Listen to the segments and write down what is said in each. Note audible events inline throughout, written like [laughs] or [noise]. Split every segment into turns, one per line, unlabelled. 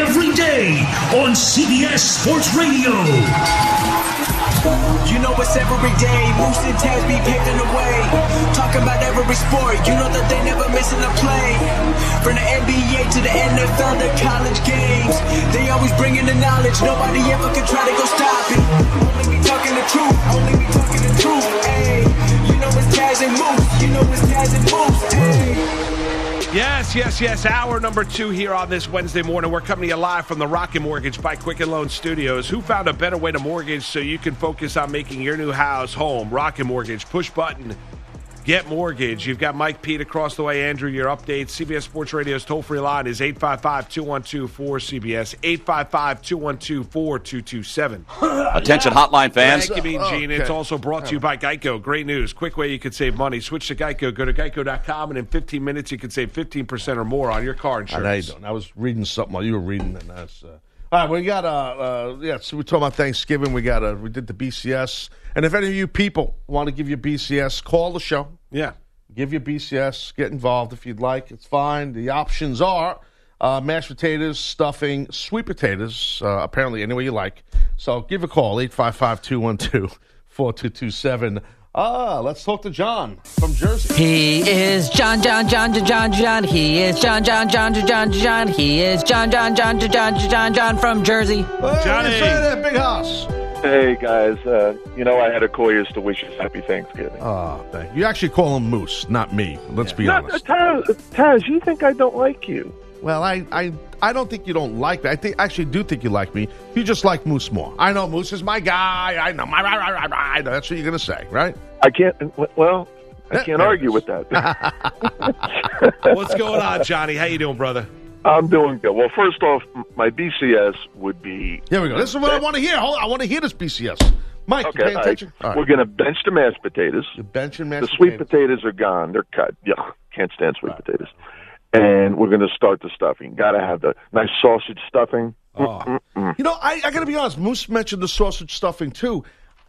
every day on CBS Sports Radio.
You know it's every day. Moose and Taz be paving the way. Talking about every sport. You know that they never missing a play. From the NBA to the NFL, the college games. They always bringing the knowledge. Nobody ever can try to go stop it. Only we talking the truth. Only we talking the truth. Hey, you know it's Taz and Moose. You know it's Taz and Moose. Hey.
Yes, yes, yes. Hour number two here on this Wednesday morning. We're coming to you live from the Rocket Mortgage by Quicken Loan Studios. Who found a better way to mortgage so you can focus on making your new house home? Rocket Mortgage, push button, get mortgage. You've got Mike Pete across the way. Andrew, your updates. CBS Sports Radio's toll free line is 855 212 4CBS, 855 212 4227.
[clears throat] Attention hotline fans.
Thank you, Mean
Oh,
Gene. It's also brought to you by Geico. Great news. Quick way you could save money. Switch to Geico. Go to geico.com, and in 15 minutes, you could save 15% or more on your car
I know you
insurance.
don't. I was reading something while you were reading, and that's. Uh, all right, we got uh, uh yeah. So we're talking about Thanksgiving. We got uh, we did the BCS, and if any of you people want to give your BCS, call the show.
Yeah.
Give your BCS, get involved if you'd like. It's fine. The options are uh, mashed potatoes, stuffing, sweet potatoes. Uh, apparently, any way you like. So give a call 855-212-4227. Ah, let's talk to John from Jersey.
He is John, John, John, John, John, John. He is John, John, John, John, John, John. He is John, John, John, John, John, John, John from Jersey.
Hey,
Johnny.
say that big house.
Hey guys, uh, you know I had a call yesterday to wish you happy Thanksgiving.
Oh, thank you. You actually call him Moose, not me. Let's be
Not- uh,
honest.
Taz, Taz, you think I don't like you?
Well, I, I, I don't think you don't like me. I think I actually do think you like me. You just like Moose more. I know Moose is my guy. I know. My, I know. That's what you're gonna say, right?
I can't. Well, I
Yeah,
can't
there it
argue
is.
with that.
What's going on, Johnny? How you doing, brother?
I'm doing good. Well, first off, m- my BCS would be
[laughs] Here we go. This is what I want to hear. Hold on. I want to hear this BCS. Mike, you
okay.
pay
all right,
attention. All right.
We're gonna bench the mashed potatoes.
the bench and
The
mashed
sweet
potatoes.
potatoes are gone. They're cut. Yeah, can't stand sweet potatoes. And we're gonna start the stuffing. Gotta have the nice sausage stuffing.
Oh. You know, I, I got to be honest. Moose mentioned the sausage stuffing too.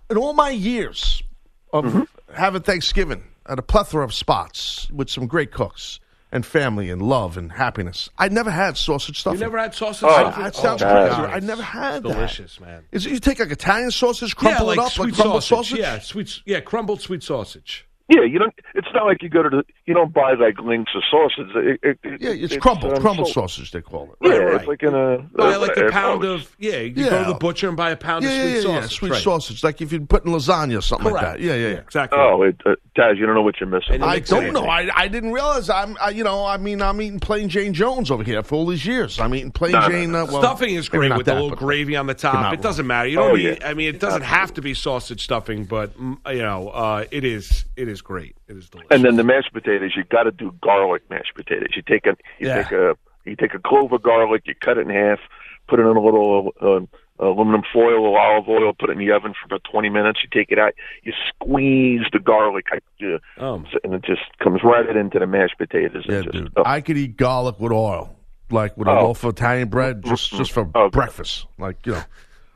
In all my years of
Mm-hmm.
having Thanksgiving at a plethora of spots with some great cooks and family and love and happiness, I never had sausage
You
stuffing.
never had sausage?
Oh,
stuffing?
I- it sounds
my
crazy.
God.
I never had
It's
that.
Delicious, man.
Is it, you take like Italian sausage, crumple it up like crumble sausage?
Yeah, sweet. Yeah, crumbled sweet sausage.
Yeah, you don't. It's not like you go to the. You don't buy like links of sausage. It- it- it-
Yeah, it's, crumbled,
um,
crumble
sold-
sausage they call it.
Yeah,
Right,
it's
right.
like in a.
Buy
uh,
Oh, like a
uh,
pound
sandwich.
of yeah. You go
Yeah.
to the butcher and buy a pound
Yeah,
of
yeah,
sweet
yeah, yeah,
sausage.
sweet
right.
sausage, like if you put in lasagna or something like
Correct.
that. Yeah, yeah, yeah.
Exactly.
Oh, it, uh, Taz, you don't know what you're missing.
And it
I
makes
don't
sense.
know. I, I didn't realize I'm. I, you know, I mean, I'm eating plain Jane Jones over here for all these years. I'm eating plain
No, no,
Jane. Uh, well,
stuffing is
maybe
great
not
with
that,
a little
but-
gravy on the
You're
top.
not
It doesn't matter. You
wrong.
don't
Oh,
need,
yeah.
I mean, it doesn't have to be sausage stuffing, but mm, you know, uh, it is. It is great. It is delicious.
And then the mashed potatoes, you got to do garlic mashed potatoes. You take a you
Yeah.
take a you take a clove of garlic, you cut it in half, put it in a little um, aluminum foil or olive oil, put it in the oven for about 20 minutes. You take it out, you squeeze the garlic, uh,
Um.
and it just comes right into the mashed potatoes.
Oh. Yeah,
It's just,
dude.
oh,
I could eat garlic with oil, like with a
Oh.
loaf of Italian
Mm-hmm.
bread, just just for
Oh.
Okay.
breakfast. Like you know,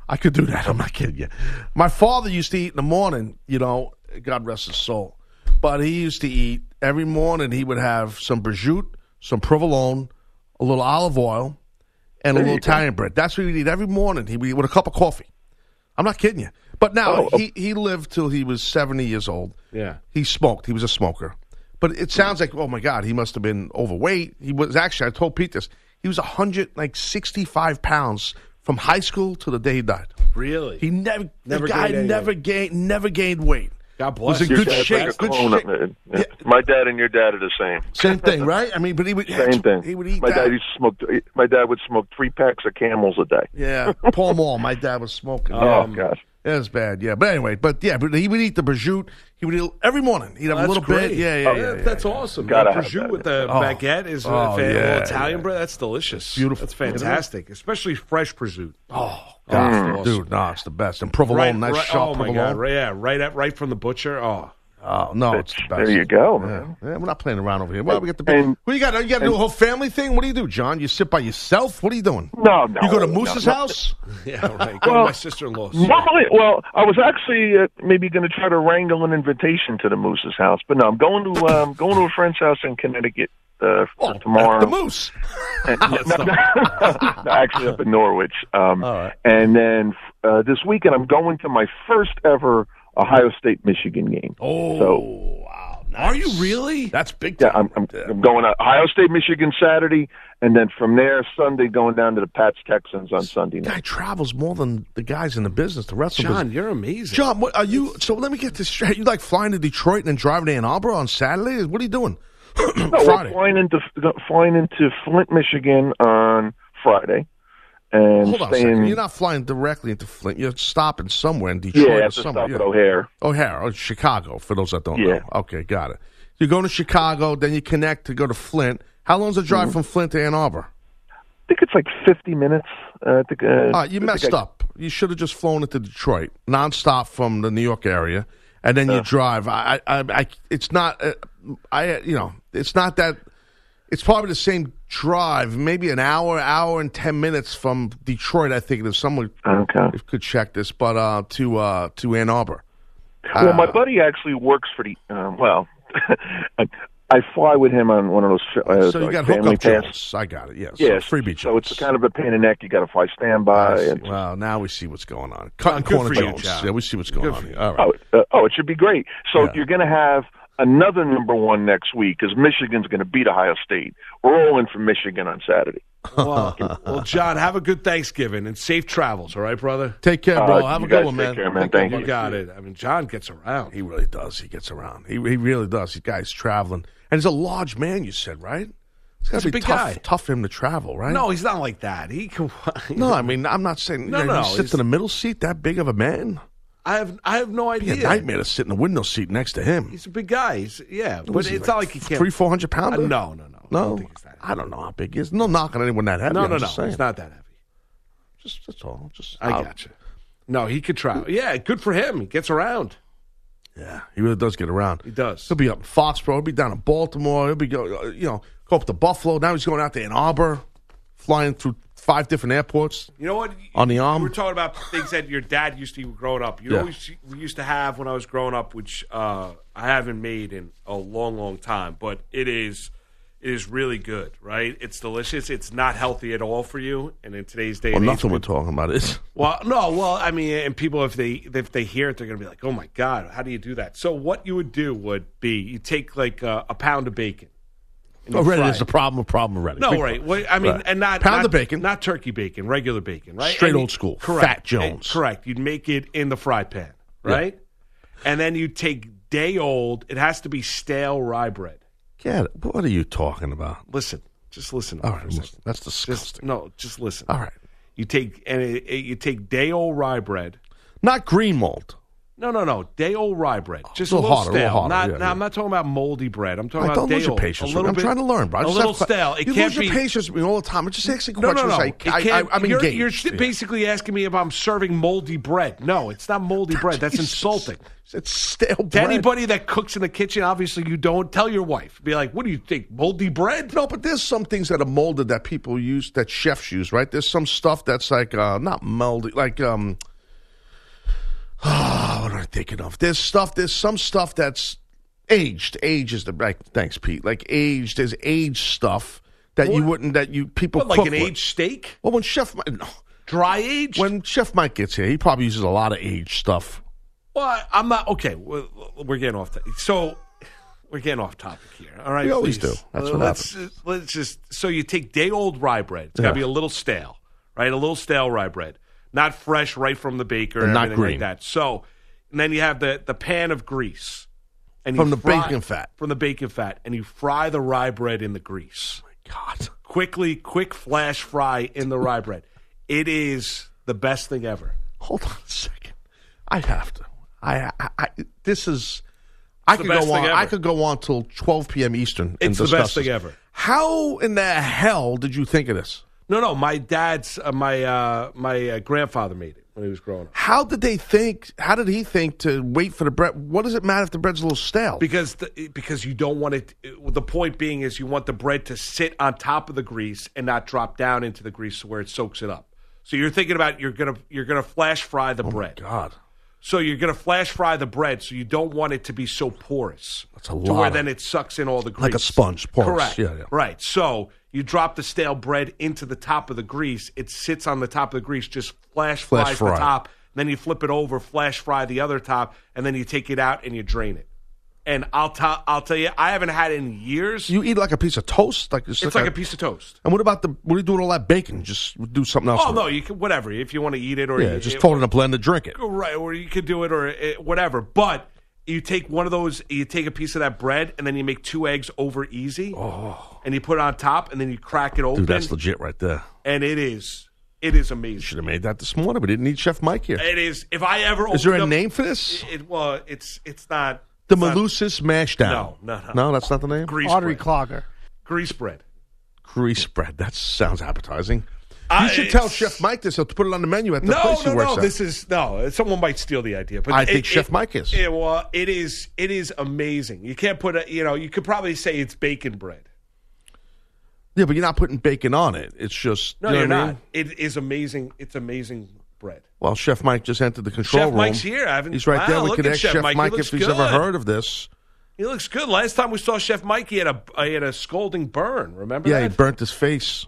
I could do that. [laughs] I'm not kidding you. My father used to eat in the morning. You know, God rest his soul, but he used to eat every morning. He would have some prosciutto, some provolone, a little olive oil, and a little Italian bread. That's what he would eat every morning. He would eat with a cup of coffee. I'm not kidding you. But now
Oh.
he, he lived till he was seventy years old.
Yeah.
he smoked. He was a smoker. But it sounds like oh my god, he must have been overweight. He was actually. I told Pete this. He was hundred like sixty five pounds from high school to the day he died.
Really?
He never,
Never
the guy
gained any
never gained never gained weight.
God
Was in
bless you.
good
Your dad's
shape.
like a
Good
clone
shape.
of me.
Yeah.
My dad and your dad are the same.
Same thing, right? I mean, but he would [laughs]
[laughs] Same thing.
He would eat
my
that.
dad used to smoke. My dad would smoke three packs of Camels a day. [laughs]
yeah, Paul Mall. My dad was smoking. Um,
Oh God.
That was bad, yeah. But anyway, but yeah, but he would eat the prosciutto. He would eat every morning. He'd have
That's
a little
great.
bit. Yeah, yeah, yeah. yeah,
that's
yeah.
awesome.
Gotta
The
have
prosciutto
that.
with the
Oh.
baguette is
Oh,
a fan,
yeah,
little Italian bread. That's delicious.
beautiful.
That's fantastic, especially fresh prosciutto.
Oh, God,
Mm.
dude, no, it's the best. And provolone, nice
right,
sharp
oh my
provolone.
god, right, yeah, right, at, right from the butcher. Oh,
Oh no, it's the
There
best.
you go,
Yeah.
man.
Yeah, we're not playing around over here. Well, we got the
And-
What do you got? You got to do a whole family thing. What do you do, John? You sit by yourself? What are you doing?
No, no,
You go to
no,
Moose's
no.
house?
[laughs] yeah, right. Go to
Well-
my sister-in-law's.
Probably. Well, I was actually uh, maybe going to try to wrangle an invitation to the Moose's house, but no, I'm going to um, going to a friend's house in Connecticut uh, for tomorrow.
Oh, The Moose. [laughs]
no, [laughs] no, actually up in Norwich. Um, And then uh, this weekend, I'm going to my first ever Ohio State Michigan game.
Oh,
So
wow. Are you really? That's big
yeah,
time.
I'm, I'm, I'm going to Ohio State Michigan Saturday, and then from there Sunday going down to the Pats Texans on Sunday
guy
night.
travels more than the guys in the business, the wrestling
John,
business.
you're amazing.
John, what are you? So let me get this straight. You like flying to Detroit and then driving to Ann Arbor on Saturday? What are you doing? [clears throat]
No, we're
Friday.
flying into flying into Flint, Michigan on Friday, and
Hold on a
staying.
second. You're not flying directly into Flint. You're stopping somewhere in Detroit
yeah,
or
at the
somewhere.
stop at O'Hare.
O'Hare, or Chicago, for those that don't
Yeah.
know. Okay, got it. You're going to Chicago, then you connect to go to Flint. How long's the
Mm-hmm.
drive from Flint to Ann Arbor?
I think it's like 50 minutes. Uh, I think, uh,
All right,
I
Ah, you
think
messed
I-
up. You should have just flown into Detroit nonstop from the New York area, and then you drive. I, I, I, it's not. Uh, I, you know, it's not that. It's probably the same drive, maybe an hour, hour and ten minutes from Detroit. I think if someone
Okay.
could check this, but uh, to uh, to Ann Arbor.
Well,
Ah.
my buddy actually works for the. Um, well, [laughs] I, I fly with him on one of those. Uh,
so you
like
got
family
hookup
pass.
jobs. I got it. Yes.
Yes,
So freebie jobs.
So it's kind of a pain in the neck. You got to fly standby.
I see.
And,
Well, now we see what's going on. Cut and
good
corner
for you,
jobs.
John.
Yeah, we see what's going on here. All right.
oh, uh, oh, it should be great. So you're going to have another number one next week because Michigan's going to beat Ohio State. We're all in for Michigan on Saturday.
Well, well, John, have a good Thanksgiving and safe travels. All right, brother.
Take care,
All
bro.
right,
Have
you
a good
guys
one,
take
man.
care, man.
Take care,
Thank
bud.
You got it. I mean, John gets around.
He really does. He gets around. He, he really does. He guy's traveling, and he's a large man. You said right? It's got
He's
to
a
be
big
tough,
guy.
tough for him to travel, right?
no, he's not like that.
[laughs]
He can.
no. I mean, I'm not saying.
No,
you know,
no,
You sit
he's-
in the middle seat. That big of a man.
I have I have no
It'd
idea.
Be a nightmare to sit in the window seat next to him.
He's a big guy. He's, yeah, but
Was
it's
he
not like he can't.
Three, four hundred
Uh,
pounder.
no, no, no. I don't
no.
think he's that.
I don't know how big he is. No knock on anyone that heavy.
No,
I'm
no, no.
just saying.
It's not that heavy.
Just that's all. Just
I gotcha. No, he could travel. Yeah, good for him. He gets around.
Yeah, he really does get around.
He does.
He'll be up in Foxborough. He'll be down in Baltimore. He'll be go, uh, you know, go up to Buffalo. Now he's going out to Ann Arbor, flying through five different airports.
You know what?
On the arm?
We're talking about things that your dad used to eat growing up. You
Um, Yeah.
know always we used to have when I was growing up, which uh, I haven't made in a long, long time, but it is it is really good, right? It's delicious. It's not healthy at all for you. And in today's day,
Well,
and age,
nothing we're talking about
[laughs]
is.
Well, no, well, I mean, and people if they if they hear it, they're going to be like, "Oh my god, how do you do that?" So what you would do would be you take like a, a pound of bacon. and you
Already,
fry
there's a
it.
problem. A problem already.
No,
Big
right.
problem.
Well, I mean,
Right.
and not
pound
not-
of bacon.
not turkey bacon, regular bacon, right?
Straight
And
old school,
correct,
Fat Jones.
Eh, correct. You'd make it in the fry pan, right? And then you take day old. It has to be stale rye bread.
Get it. What are you talking about?
Listen, just listen. to
All
me
right,
for a second.
listen, that's
Just
disgusting.
no, just listen.
All right,
You take and it, it- you take day old rye bread.
not green mold.
No, no, no. Day old rye bread. Just
a
a
little
little,
harder, a
stale.
little harder,
not,
yeah,
no,
yeah.
I'm not talking about moldy bread. I'm talking
I
about
don't
day
lose your
old.
patience. with me.
a little
I'm
bit-
trying to learn, bro. I
A
just
little
have que-
stale. It
you
can't
lose your
be.
patience with me all the time. I'm just asking
No, no,
questions.
no.
I,
It
I,
can't-
I, am
you're,
engaged.
you're st-
Yeah.
basically asking me if I'm serving moldy bread. No, it's not moldy bread. That's
Jesus.
insulting.
It's stale
To
bread.
anybody that cooks in the kitchen, obviously you don't. Tell your wife. Be like, what do you think? Moldy bread?
No, but there's some things that are molded that people use that chefs use, right? There's some stuff that's like uh not molded, like um [sighs] oh, what am I thinking of? There's stuff there's some stuff that's aged. Age is the like thanks, Pete. Like aged, there's aged stuff that you
What?
wouldn't that you people
What, like
cook
an
with.
aged steak?
Well when Chef no.
Dry aged?
When Chef Mike gets here, he probably uses a lot of age stuff.
Well, I'm not okay. We're, we're getting off. To, so we're getting off topic here. All right,
We always
please.
do. That's what
let's, Let's just so you take day old rye bread. It's got to be a little stale, right? A little stale rye bread, not fresh right from the baker, and
not
everything like
green.
that. So, and then you have the the pan of grease, and
From
you
the bacon fat.
from the bacon fat, and you fry the rye bread in the grease
Oh God.
quickly, quick flash fry in the rye bread. It is the best thing ever.
Hold on a second. I have to. I. I, I this is. I
the
could
best
go on.
thing
I
ever.
could go on till 12 p.m. Eastern. and
It's the best
discuss
thing
this.
ever.
How in the hell did you think of this?
No, no, my dad's uh, my uh, my uh, grandfather made it when he was growing up.
How did they think? How did he think to wait for the bread? What does it matter if the bread's a little stale?
because the, because you don't want it. The point being is you want the bread to sit on top of the grease and not drop down into the grease where it soaks it up. So you're thinking about you're gonna you're gonna flash fry the bread.
Oh, God,
So you're gonna flash fry the bread. So you don't want it to be so porous.
That's a
To where
lot
then
of-
it sucks in all the grease
Like a sponge, porous.
Correct.
Yeah, yeah.
Right. So you drop the stale bread into the top of the grease. It sits on the top of the grease. Just flash,
Flash
fries the
fry.
top. Then you flip it over, flash fry the other top, and then you take it out and you drain it and I'll tell I'll tell you, I haven't had it in years.
you eat like a piece of toast. Like
it's like a piece of toast.
And what about the? What do you do with all that bacon? Just do something else.
Oh
with
no,
it.
you can whatever if you want to eat it or
Yeah,
you,
just
it-
throw it in a blender, drink it.
right, or you could do it or it, whatever. But you take one of those, you take a piece of that bread, and then you make two eggs over easy, and you put it on top, and then you crack it open,
Oh. Dude, that's legit right there.
and it is it is amazing.
Should have made that this morning. We didn't need Chef Mike here.
It is. If I ever
Is there
opened
a
up-
name for this?
It, well, it's it's not
The
it's not
Malusis Mashdown.
No, no, no.
that's not the name.
grease
Audrey
bread.
Clogger.
grease bread.
Grease bread. That sounds appetizing.
I-
you should tell
it's-
Chef Mike this. He'll put it on the menu at the
no,
place he
no,
works
no.
at.
This is no. Someone might steal the idea, but
I think Chef Mike is.
Yeah, well, it is. It is amazing. You can't put a. You know, you could probably say it's bacon bread.
yeah, but you're not putting bacon on it. It's just
No,
you know
you're
what I
not.
mean?
It is amazing. It's amazing bread.
Well, Chef Mike just entered the control
Chef
room.
Mike's here. I haven't-
he's right
wow,
there. We
look
can
at
ask
Chef
Chef,
Mike. He
Mike
looks
if he's ever
good.
heard of this.
He looks good. Last time we saw Chef Mike, he had a he had a scalding burn. Remember?
Yeah,
that?
he burnt his face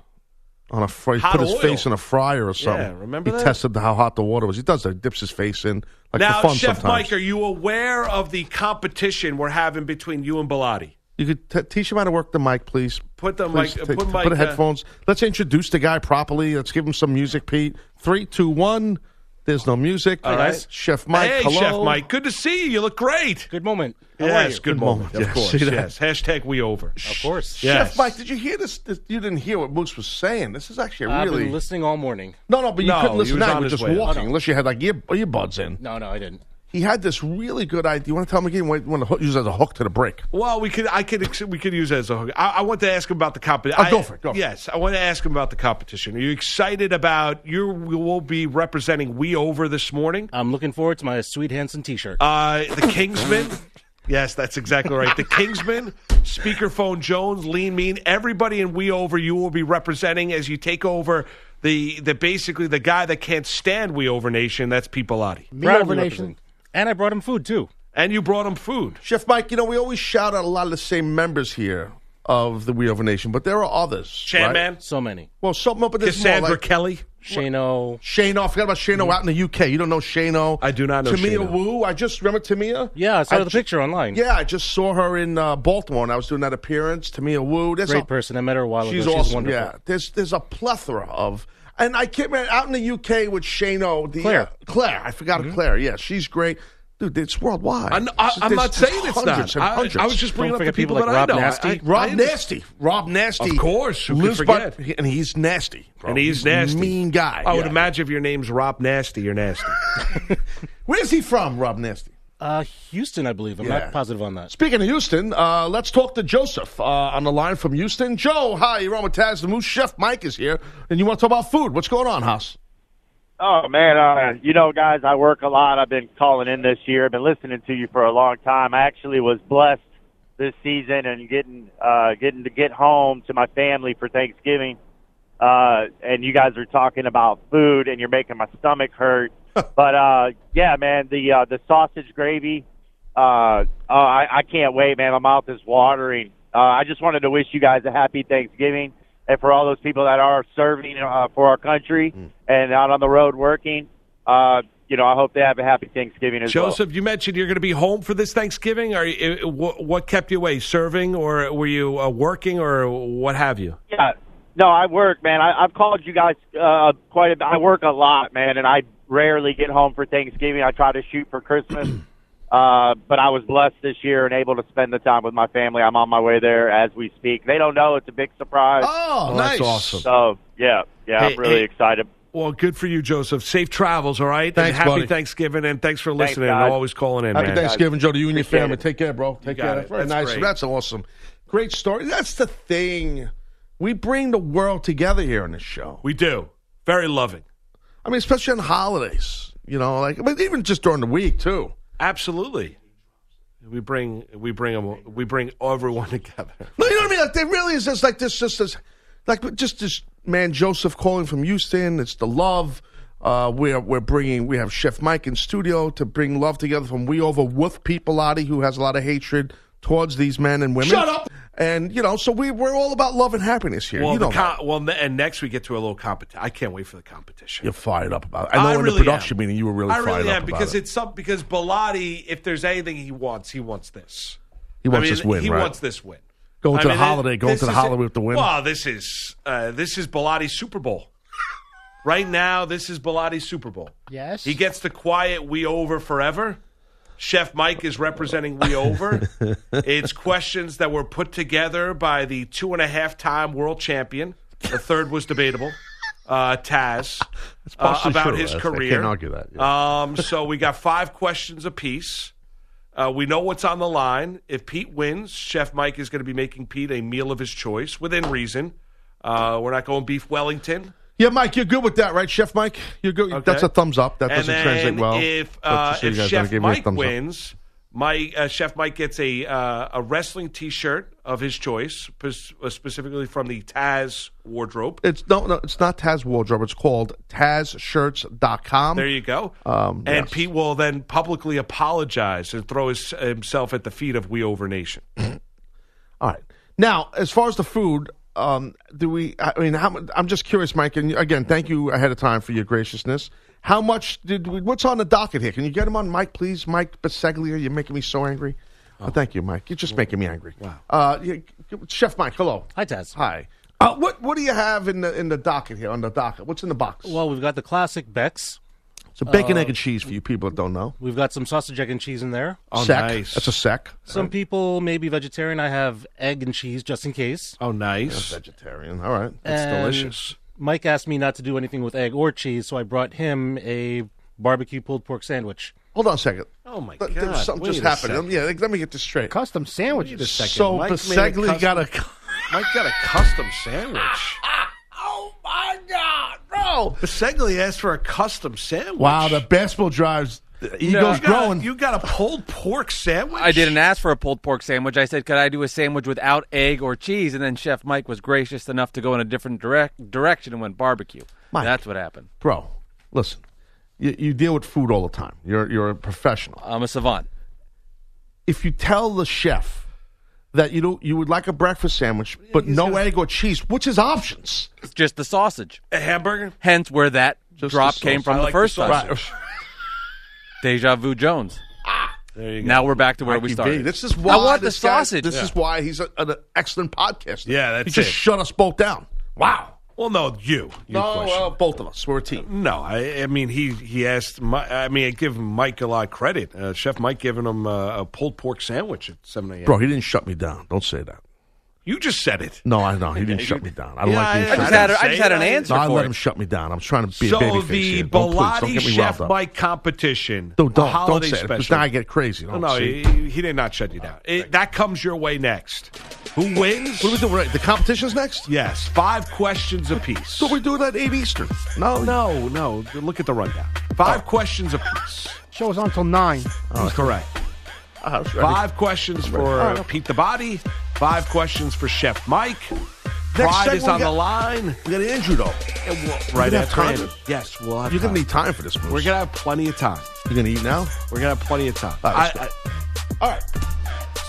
on a fry. He
Hot
put his
oil.
face in a fryer or something.
remember
he
that?
tested how hot the water was. He does that. He dips his face in like
Now,
for fun
Chef
sometimes.
Mike, are you aware of the competition we're having between you and Bilotti?
You could t- teach him how to work the mic, please.
Put the
Please
mic-
t- t-
put mic,
put
uh,
the headphones. Let's introduce the guy properly. Let's give him some music, Pete. Three, two, one. There's no music.
All right.
Chef Mike.
Hey,
hello.
Chef Mike. Good to see you. You look great.
Good moment. How
yes,
are you?
good,
Good
moment.
moment.
Of
Yes,
course.
see that?
Yes. Hashtag we over.
Of course.
Yes.
Chef Mike, did you hear this? this- You didn't hear what Moose was saying. This is actually a
I've
really
been listening all morning.
no, no. But you
No,
couldn't
he
listen
was
now. You
on
were
his
just
way.
walking, unless you had like ear earbuds in.
No, no, I didn't.
He had this really good idea. You want to tell him again? Wait, want to hook- use it as a hook to the break?
Well, we could, I could, ex- we could use that as a hook. I, I want to ask him about the competition.
Oh, go for it, go for it.
Yes, I want to ask him about the competition. Are you excited about you? Will be representing We Over this morning.
I'm looking forward to my Sweet Hanson t-shirt.
Uh, the Kingsmen. yes, that's exactly right. The Kingsmen, Speakerphone Jones, Lean Mean, everybody in We Over. You will be representing as you take over the the basically the guy that can't stand We Over Nation. That's Pete Bellotti.
Proudly
Over Nation.
represent. And I brought him food, too.
and you brought him food.
Chef Mike, you know we always shout out a lot of the same members here of the We Over Nation, but there are others.
Chan
right?
Man,
So many.
Well, some up, but there's more,
Cassandra
like-
Kelly.
Shano.
Shano. I forgot about Shano out in the UK. You don't know Shano.
I do not know
Tamia
Shano.
Wu. I just remember Tamia.
Yeah, I saw the
ju-
picture online.
Yeah, I just saw her in uh, Baltimore, and I was doing that appearance. Tamia Wu. There's
Great
a,
person. I met her a while
She's
ago.
awesome.
She's wonderful.
Yeah, there's there's a plethora of, and I can't remember out in the UK with Shano. The,
Claire. Mm-hmm.
uh, Claire. I forgot Claire. Yeah, she's great. Dude, it's worldwide.
I'm, I,
It's- there's-
I'm not
there's
saying it's
hundreds
not.
and
I,
hundreds.
I was just bringing up
Don't
the
forget
people,
people
that
like Rob
I know. I-
Nasty.
I-
Rob
I understand.
Nasty. Rob Nasty.
Of course, who could
Lives by-
forget?
and he's nasty. bro.
And he's
a
nasty.
Mean guy.
I would
Yeah.
imagine if your name's Rob Nasty, you're nasty.
[laughs] Where's he from, Rob Nasty?
Uh, Houston, I believe. I'm
Yeah.
not positive on
[laughs]
that.
Speaking of Houston, uh, let's talk to Joseph uh, on the line from Houston. Joe, hi, you're on with Taz the Moose. Chef Mike is here, and you want to talk about food. What's going on, House?
Oh man, uh, you know, guys, I work a lot. I've been calling in this year. I've been listening to you for a long time. I actually was blessed this season and getting uh, getting to get home to my family for Thanksgiving. Uh, and you guys are talking about food, and you're making my stomach hurt. but uh, yeah, man, the uh, the sausage gravy. Uh, oh, I, I can't wait, man. My mouth is watering. Uh, I just wanted to wish you guys a happy Thanksgiving. and for all those people that are serving uh, for our country and out on the road working. Uh, you know, I hope they have a happy Thanksgiving as well.
Joseph, you mentioned you're going to be home for this Thanksgiving. Are you, uh, wh- what kept you away? Serving, or were you uh, working, or what have you?
Yeah. No, I work, man. I, I've called you guys uh, quite a bit. I work a lot, man, and I rarely get home for Thanksgiving. I try to shoot for Christmas. [clears throat] Uh, but I was blessed this year and able to spend the time with my family. I'm on my way there as we speak. They don't know. It's a big surprise.
Oh,
Well, that's nice. awesome.
So, yeah, yeah,
Hey,
I'm really
hey.
excited.
Well, good for you, Joseph. Safe travels, all right?
Thanks,
and happy
buddy.
Thanksgiving, and thanks for
Thanks,
listening
guys.
and always calling in,
Happy
man.
Thanksgiving, Joe, to you and your
Appreciate
family.
it.
Take care, bro. Take
got
care.
it.
Very
That's
nice.
great.
That's awesome. Great story. That's the thing. We bring the world together here on this show.
We do. Very loving.
I mean, especially on holidays. You know, like but even just during the week too.
Absolutely. We bring we bring 'em- we bring everyone [laughs] together.
No, you know what I mean. Like, there really is just like this, just this, like just this man Joseph calling from Houston. It's the love. Uh, we're we're bringing. We have Chef Mike in studio to bring love together from We Over Woof Peopleati, who has a lot of hatred towards these men and women. Shut up. And you know, so we we're all about love and happiness here.
Well,
you
the
know, that.
co- well, ne- and next we get to a little competition. I can't wait for the competition.
you're fired up about. It. I know in
really
the production
am.
meeting you were really
I
fired
really
up
am
about
because
it.
it's some because Bilotti, if there's anything he wants, he wants this.
He wants
I mean,
this win,
He
right?
wants this win.
Going
I
to the
mean,
holiday,
it-
going
this
to the
is
holiday
it.
with the win.
Well, this is uh, this is Bilotti's Super Bowl. [laughs] right now, this is Bilotti's Super Bowl.
Yes.
He gets the quiet we over forever. Chef Mike is representing we over. it's questions that were put together by the two and a half time world champion. The third was debatable. Uh, Taz uh,
partially
about
true.
his
I- I can't
career.
argue that,
Um, so we got five questions apiece. Uh, we know what's on the line. If Pete wins, Chef Mike is going to be making Pete a meal of his choice within reason. Uh, we're not going beef Wellington.
Yeah, Mike, you're good with that, right, Chef Mike? You're good. That's a thumbs up. That
and
doesn't
then
translate well.
If,
But
uh,
just so you guys
if
know, I
Chef
gave you a
Mike
thumbs up.
wins, my uh, Chef Mike gets a uh, a wrestling T-shirt of his choice, pers- uh, specifically from the Taz wardrobe.
It's no, no, it's not Taz Wardrobe. It's called TazShirts.com.
There you go.
Um,
and
yes.
Pete will then publicly apologize and throw his, himself at the feet of We Over Nation.
All right. Now, as far as the food, um, do we? I mean, how, mu- I'm just curious, Mike. And again, thank you ahead of time for your graciousness. How much did? We, what's on the docket here? Can you get him on, Mike? Please, Mike Baseglia. You're making me so angry. Oh, thank you, Mike. You're just making me angry. Wow. Uh, yeah, Chef Mike, hello.
Hi, Taz.
Hi. Uh, what What do you have in the in the docket here on the docket? What's in the box?
Well, we've got the classic Bex.
it's a
Uh,
bacon, egg, and cheese for you people that don't know.
We've got some sausage, egg, and cheese in there.
Oh,
sec.
nice.
That's a sec.
Some people may be vegetarian. I have egg and cheese just in case.
Oh, nice.
Vegetarian. All right.
That's
And
delicious.
Mike asked me not to do anything with egg or cheese, so I brought him a barbecue pulled pork sandwich.
Hold on a second.
Oh my
Th-
god!
there was something
Wait
just
a
happened.
second.
Yeah, let- let me get this straight.
Custom sandwich this second.
So
Mike made a
Baseglia
custom-
got a.
Mike got a custom sandwich.
Oh my God, [laughs] bro!
Basegli asked for a custom sandwich.
Wow, the basketball drives. The Eagles
You got a-
growing.
You got a pulled pork sandwich.
I didn't ask for a pulled pork sandwich. I said, could I do a sandwich without egg or cheese? And then Chef Mike was gracious enough to go in a different direct direction and went barbecue.
Mike.
That's what happened.
Bro, listen. You, you deal with food all the time. You're you're a professional.
I'm a savant.
If you tell the chef that you do, you would like a breakfast sandwich, but no egg or cheese, what's his options?
It's just the sausage.
a hamburger.
Hence where that
Just
drop
the
came
sauce.
from
I
the
like the
first
sauce.
time. [laughs] Deja vu Jones.
There you go.
Now we're back to where we
Mikey B,
started.
This is why
I want the
this guy-
sausage.
this is why he's a, an excellent podcaster.
Yeah, that's
he just
it.
shut us both down. Wow.
well, no, you. you
No,
question.
well, both of us. We're a team.
No, I, I mean he he asked. My, I mean, I give Mike a lot of credit. Uh, Chef Mike giving him uh, a pulled pork sandwich at seven a.m.
Bro, he didn't shut me down. Don't say that.
you just said it.
[laughs] No, I know he didn't shut me down. I don't
Yeah,
like. being
I
I
shut
just
down.
had, a, I just had an answer
No, I
for
let
it.
him shut me down. I'm trying to be
so
a baby face
the
here. Don't, please, don't
Bilotti
get me
Chef
riled up.
Mike competition,
Don't
a
don't, don't
holiday
say it because
special.
now I get crazy.
no,
Don't
no,
see?
he, he did not shut you down. It- that comes your way next. Who wins?
what do we do? Right, the competition's next.
Yes, five questions apiece.
So we do that eight Eastern. No, Oh.
no, no. Look at the rundown. Five questions apiece.
Show is on till nine.
Correct.
Uh,
Five questions for
All right.
Pete the Body. Five questions for Chef Mike. Pride is
segment,
on
we got-
the line.
we got Andrew though.
And we'll- right
gonna have
after
time?
Andrew. Yes, we'll have
You're gonna
time.
need time for this. Moose.
We're gonna have plenty of time.
you gonna eat now.
We're gonna have plenty of time.
All right,
I-
All right.
I-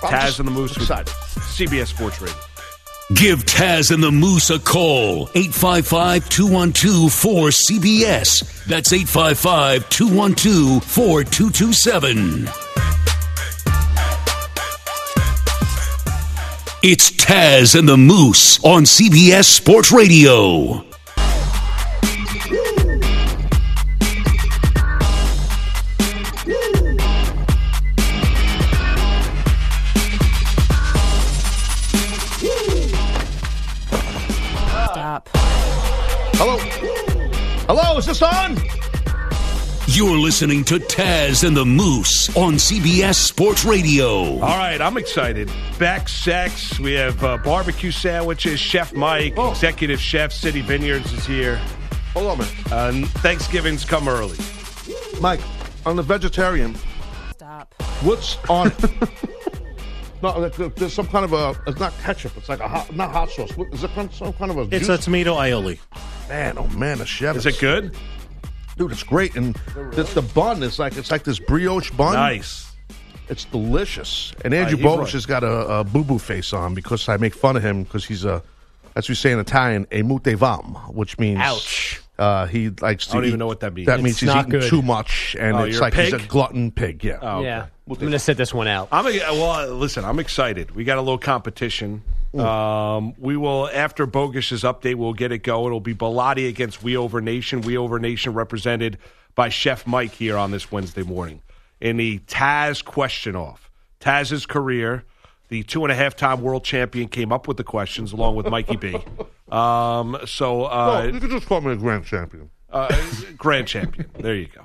I'm
Taz
just
and the Moose with
excited.
CBS Sports Radio.
Give Taz and the Moose a call. 855 212 4CBS. That's 855 212 4227. It's Taz and the Moose on CBS Sports Radio.
Stop. Hello? Hello, is this on?
You're listening to Taz and the Moose on CBS Sports Radio.
All right, I'm excited. Beck Sex, we have uh, barbecue sandwiches. Chef Mike, executive chef, City Vineyards is here.
Oh. Hold on a minute.
Uh, Thanksgiving's come early.
Mike, on the vegetarian. Stop. What's on it? [laughs] no, there- there- there's some kind of a. It's not ketchup. It's like a hot, not hot sauce. What- Is it kind- some kind of a?
It's
juice?
a tomato aioli.
Man, oh man, a chef.
Is it
good?
Dude, it's great, and it's the bun. It's like it's like this brioche bun.
Nice.
It's delicious. And
Uh,
Andrew
he's
Bogus
right.
has got a, a boo boo face on because I make fun of him because he's a, as we say in Italian, a mute vam, which means
Ouch.
Uh, he likes
I
to.
don't even
eat-
know what that means.
That means
It's
he's
not
eating
good.
too much, and
Oh,
it's
you're a
like he's a
pig?
glutton pig. Yeah.
Oh, okay.
yeah. I'm going to sit this one out.
I'm a, well. Listen, I'm excited. We got a little competition.
Mm.
Um, we will after Bogus's update, we'll get it going. It'll be Bilotti against We Over Nation. We Over Nation represented by Chef Mike here on this Wednesday morning in the Taz question off. Taz's career, the two and a half time world champion, came up with the questions along with Mikey B. Um, so uh,
No, you can just call me a grand champion.
uh, grand champion. There you go.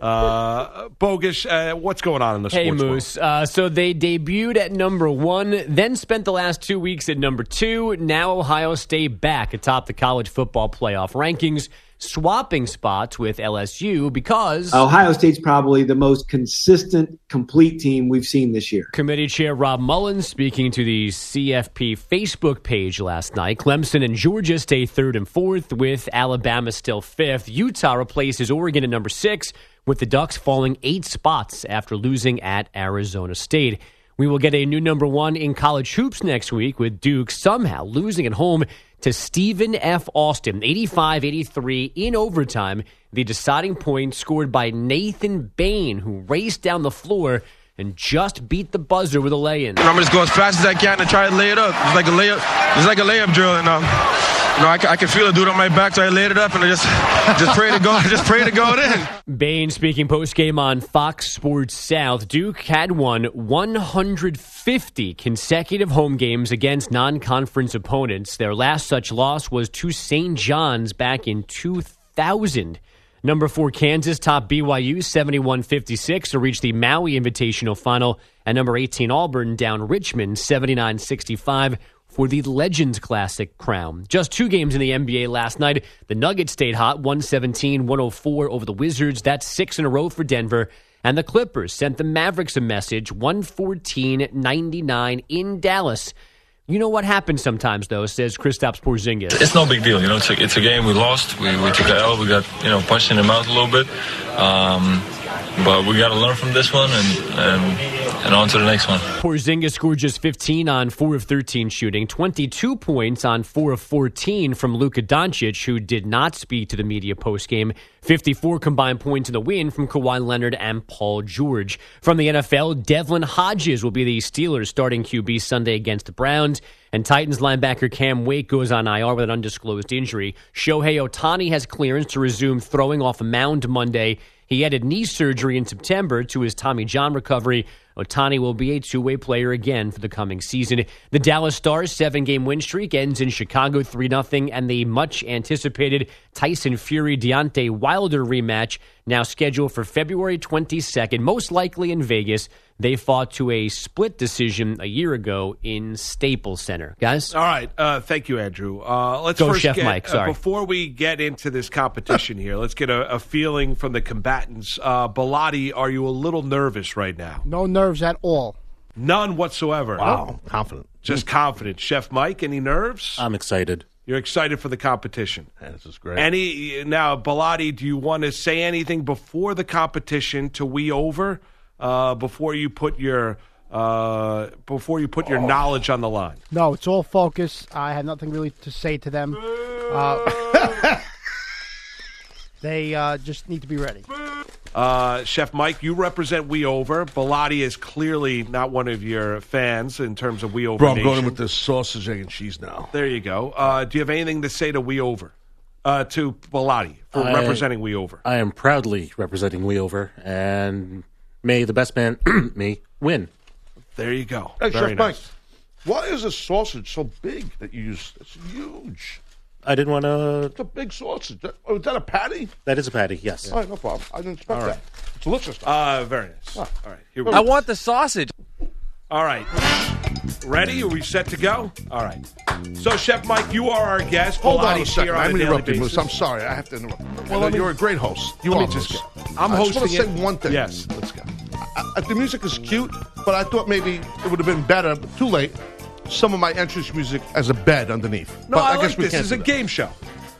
Uh, Bogus, uh, what's going on in the
Hey
sports world?
Moose. Uh, so they debuted at number one, then spent the last two weeks at number two. Now Ohio State back atop the college football playoff rankings, swapping spots with LSU because
Ohio State's probably the most consistent, complete team we've seen this year.
Committee Chair Rob Mullins speaking to the CFP Facebook page last night. Clemson and Georgia stay third and fourth, with Alabama still fifth. Utah replaces Oregon at number six, with the Ducks falling eight spots after losing at Arizona State. We will get a new number one in college hoops next week, with Duke somehow losing at home to Stephen F. Austin, 85 83 in overtime. The deciding point scored by Nathan Bain, who raced down the floor and just beat the buzzer with a lay in.
And I'm just going as fast as I can and try to lay it up. It's like a layup. It's like a layup drill, and um, you know, I, ca- I can feel a dude on my back, so I laid it up, and I just, [laughs] just pray to God, [laughs] just pray to God in.
Bain speaking post game on Fox Sports South. Duke had won 150 consecutive home games against non conference opponents. Their last such loss was to St. John's back in 2000. Number four, Kansas, top BYU 71 56 to reach the Maui Invitational Final. And number 18, Auburn, down Richmond 79 65 for the Legends Classic crown. Just two games in the NBA last night. The Nuggets stayed hot, 117 104 over the Wizards. That's six in a row for Denver. And the Clippers sent the Mavericks a message, 114 99 in Dallas. You know what happens sometimes, though, says Kristaps Porzingis.
It's no big deal, you know. It's a, it's a game we lost. We, we took a L. We got you know punched in the mouth a little bit, um, but we got to learn from this one and, and and on to the next one.
Porzingis scored just 15 on 4 of 13 shooting, 22 points on 4 of 14 from Luka Doncic, who did not speak to the media postgame. 54 combined points in the win from Kawhi Leonard and Paul George. From the NFL, Devlin Hodges will be the Steelers starting QB Sunday against the Browns. And Titans linebacker Cam Wake goes on IR with an undisclosed injury. Shohei Otani has clearance to resume throwing off a mound Monday. He added knee surgery in September to his Tommy John recovery. Otani will be a two way player again for the coming season. The Dallas Stars' seven game win streak ends in Chicago 3 0, and the much anticipated Tyson Fury Deontay Wilder rematch now scheduled for February 22nd, most likely in Vegas. They fought to a split decision a year ago in Staples Center. Guys?
All right. Uh, thank you, Andrew. Uh, let's
Go
first
Chef
get,
Mike,
uh,
sorry.
before we get into this competition here, let's get a, a feeling from the combatants. Uh, Bilotti, are you a little nervous right now?
No nerves at all.
None whatsoever.
Wow.
Confident. Just confident. Chef Mike, any nerves?
I'm excited.
You're excited for the competition.
this is
great.
Any now, Bilotti, do you want to say anything before the competition to we over? Uh, before you put your uh, before you put your
Oh.
knowledge on the line?
No, it's all focus. I have nothing really to say to them. Uh, [laughs] they uh, just need to be ready.
Uh, Chef Mike, you represent We Over. Bilotti is clearly not one of your fans in terms of We Over.
Bro, I'm
Nation.
going with this sausage, egg, and cheese now.
There you go. Uh, do you have anything to say to We Over? Uh, to Bilotti for
I-
representing We Over.
I am proudly representing We Over, and may the best man, [clears throat] me, win.
There you go.
Hey,
Very
Chef
nice.
Mike, why is a sausage so big that you use? It's huge.
I didn't want to.
It's a big sausage. That- oh, is that a patty?
That is a patty, yes.
All right, no problem. I didn't expect
All right.
that. It's delicious. Ah.
Uh, very nice. All right, here we go.
I want the sausage.
All right. Ready? Are we set to go? All right. So, Chef Mike, you are our guest.
Hold on a
Bilotti's
second.
here on
I'm
a daily
interrupting,
basis.
Moose. I'm sorry. I have to interrupt.
Well,
Well,
let me-
you're a great host. You
let
are
me just
Moose.
get- I'm
I just want
hosting
to
it.
say one thing.
Yes, let's go.
I, I, uh, the music is cute, but I thought maybe it would have been better. But too late. Some of my entrance music as a bed underneath.
No,
But
I,
guess
like
we
this.
can't
This is
do
a
that.
game show.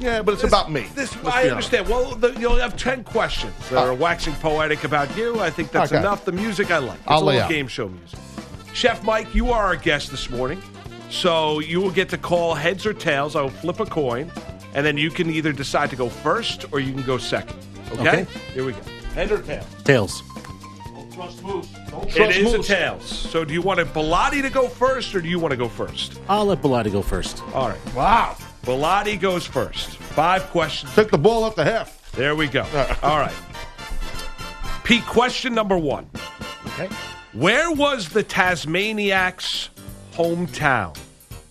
Yeah, but it's
This-
about me.
This
Let's
I
be honest. Uh,
understand. Well, the, you'll have ten questions that are waxing poetic about you. I think that's
Okay.
enough. The music I like. It's
I'll
a
lay
little
out.
game show music. Chef Mike, you are our guest this morning, so you will get to call heads or tails. I will flip a coin, and then you can either decide to go first or you can go second. Okay.
Okay.
Here we go. Head or tails.
Tails.
It
trust
is a
moves.
tails. So, do you want a Bilotti to go first, or do you want to go first?
I'll let Bilotti go first.
All right. Wow. Bilotti goes first. Five questions.
Took the ball up the half.
There we go. [laughs] All right. Pete, question number one.
Okay.
Where was the Tasmaniac's hometown?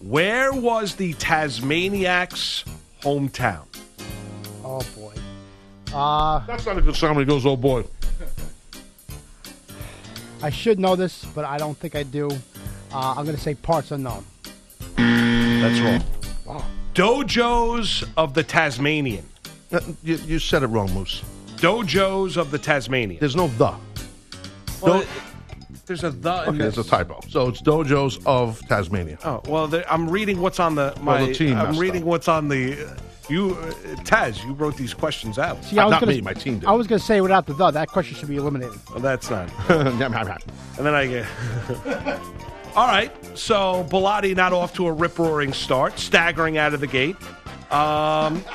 Where was the Tasmaniac's hometown?
Oh boy. Uh,
That's not a good sound when he goes, oh boy.
I should know this, but I don't think I do. Uh, I'm going to say parts unknown.
That's wrong. Dojos of the Tasmanian.
Uh, You, you said it wrong, Moose.
Dojos of the Tasmanian.
There's no the.
Well, there's a the.
Okay,
in
it's
this.
a typo. So it's dojos of Tasmania.
Oh well, there, I'm reading what's on the my.
the team
I'm
messed
reading what's on the. Uh, you, uh, Taz, you wrote these questions out. Uh,
See, I was gonna,
team did.
I was going to say without the duh, that question should be eliminated.
Well, that's
[laughs]
not.
All
And then I get. [laughs] All right, so Bilotti not off to a rip roaring start, staggering out of the gate. Um,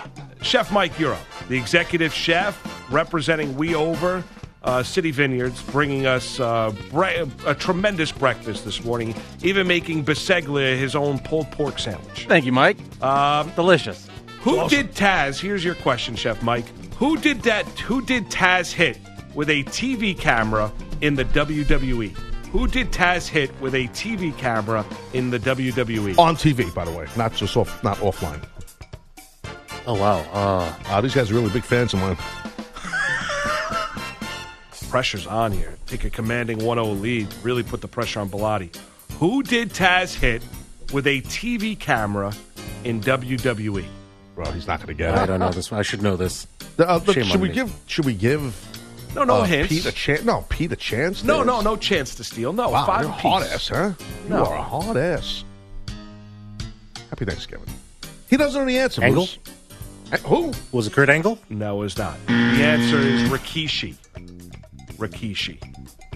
chef Mike Euro, the executive chef representing We Over uh, City Vineyards, bringing us uh, bre- a tremendous breakfast this morning, even making Biseglia his own pulled pork sandwich.
Thank you, Mike.
Um,
Delicious.
Who did Taz? Here's your question, Chef Mike. Who did that? Who did Taz hit with a TV camera in the WWE? Who did Taz hit with a TV camera in the E? WWE?
On TV, by the way, not just off, not offline.
Oh, wow. Uh,
Uh, these guys are really big fans of mine.
Pressure's on here. Take a commanding 1-0 lead. Really put the pressure on Bilotti. Who did Taz hit with a TV camera in E? WWE?
Bro, he's not going to get it.
I don't know this one. I should know this.
The- uh, look,
Shame
should
on
we
me.
give? Should we give?
No, no
uh,
hints.
Pete a chance. No, Pete a chance.
[laughs] no,
there?
no, no chance to steal. No,
Wow,
five
you're a hot
apiece.
ass, huh?
No.
You are a hot ass. Happy Thanksgiving. He doesn't know the answer.
Angle?
Moose. Uh, Who?
Was it Kurt Angle?
No, it's not. The answer is Rikishi. Rikishi.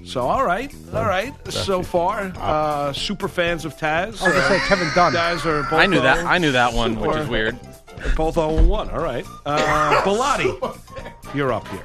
So, all right, all right. So far, uh, super fans of Taz.
I was going to say Kevin Dunn.
guys are both.
I knew that.
on-
I knew that one, which
Super.
is weird.
Both 0 1. All right.
[laughs]
Uh, Bilotti, you're up here.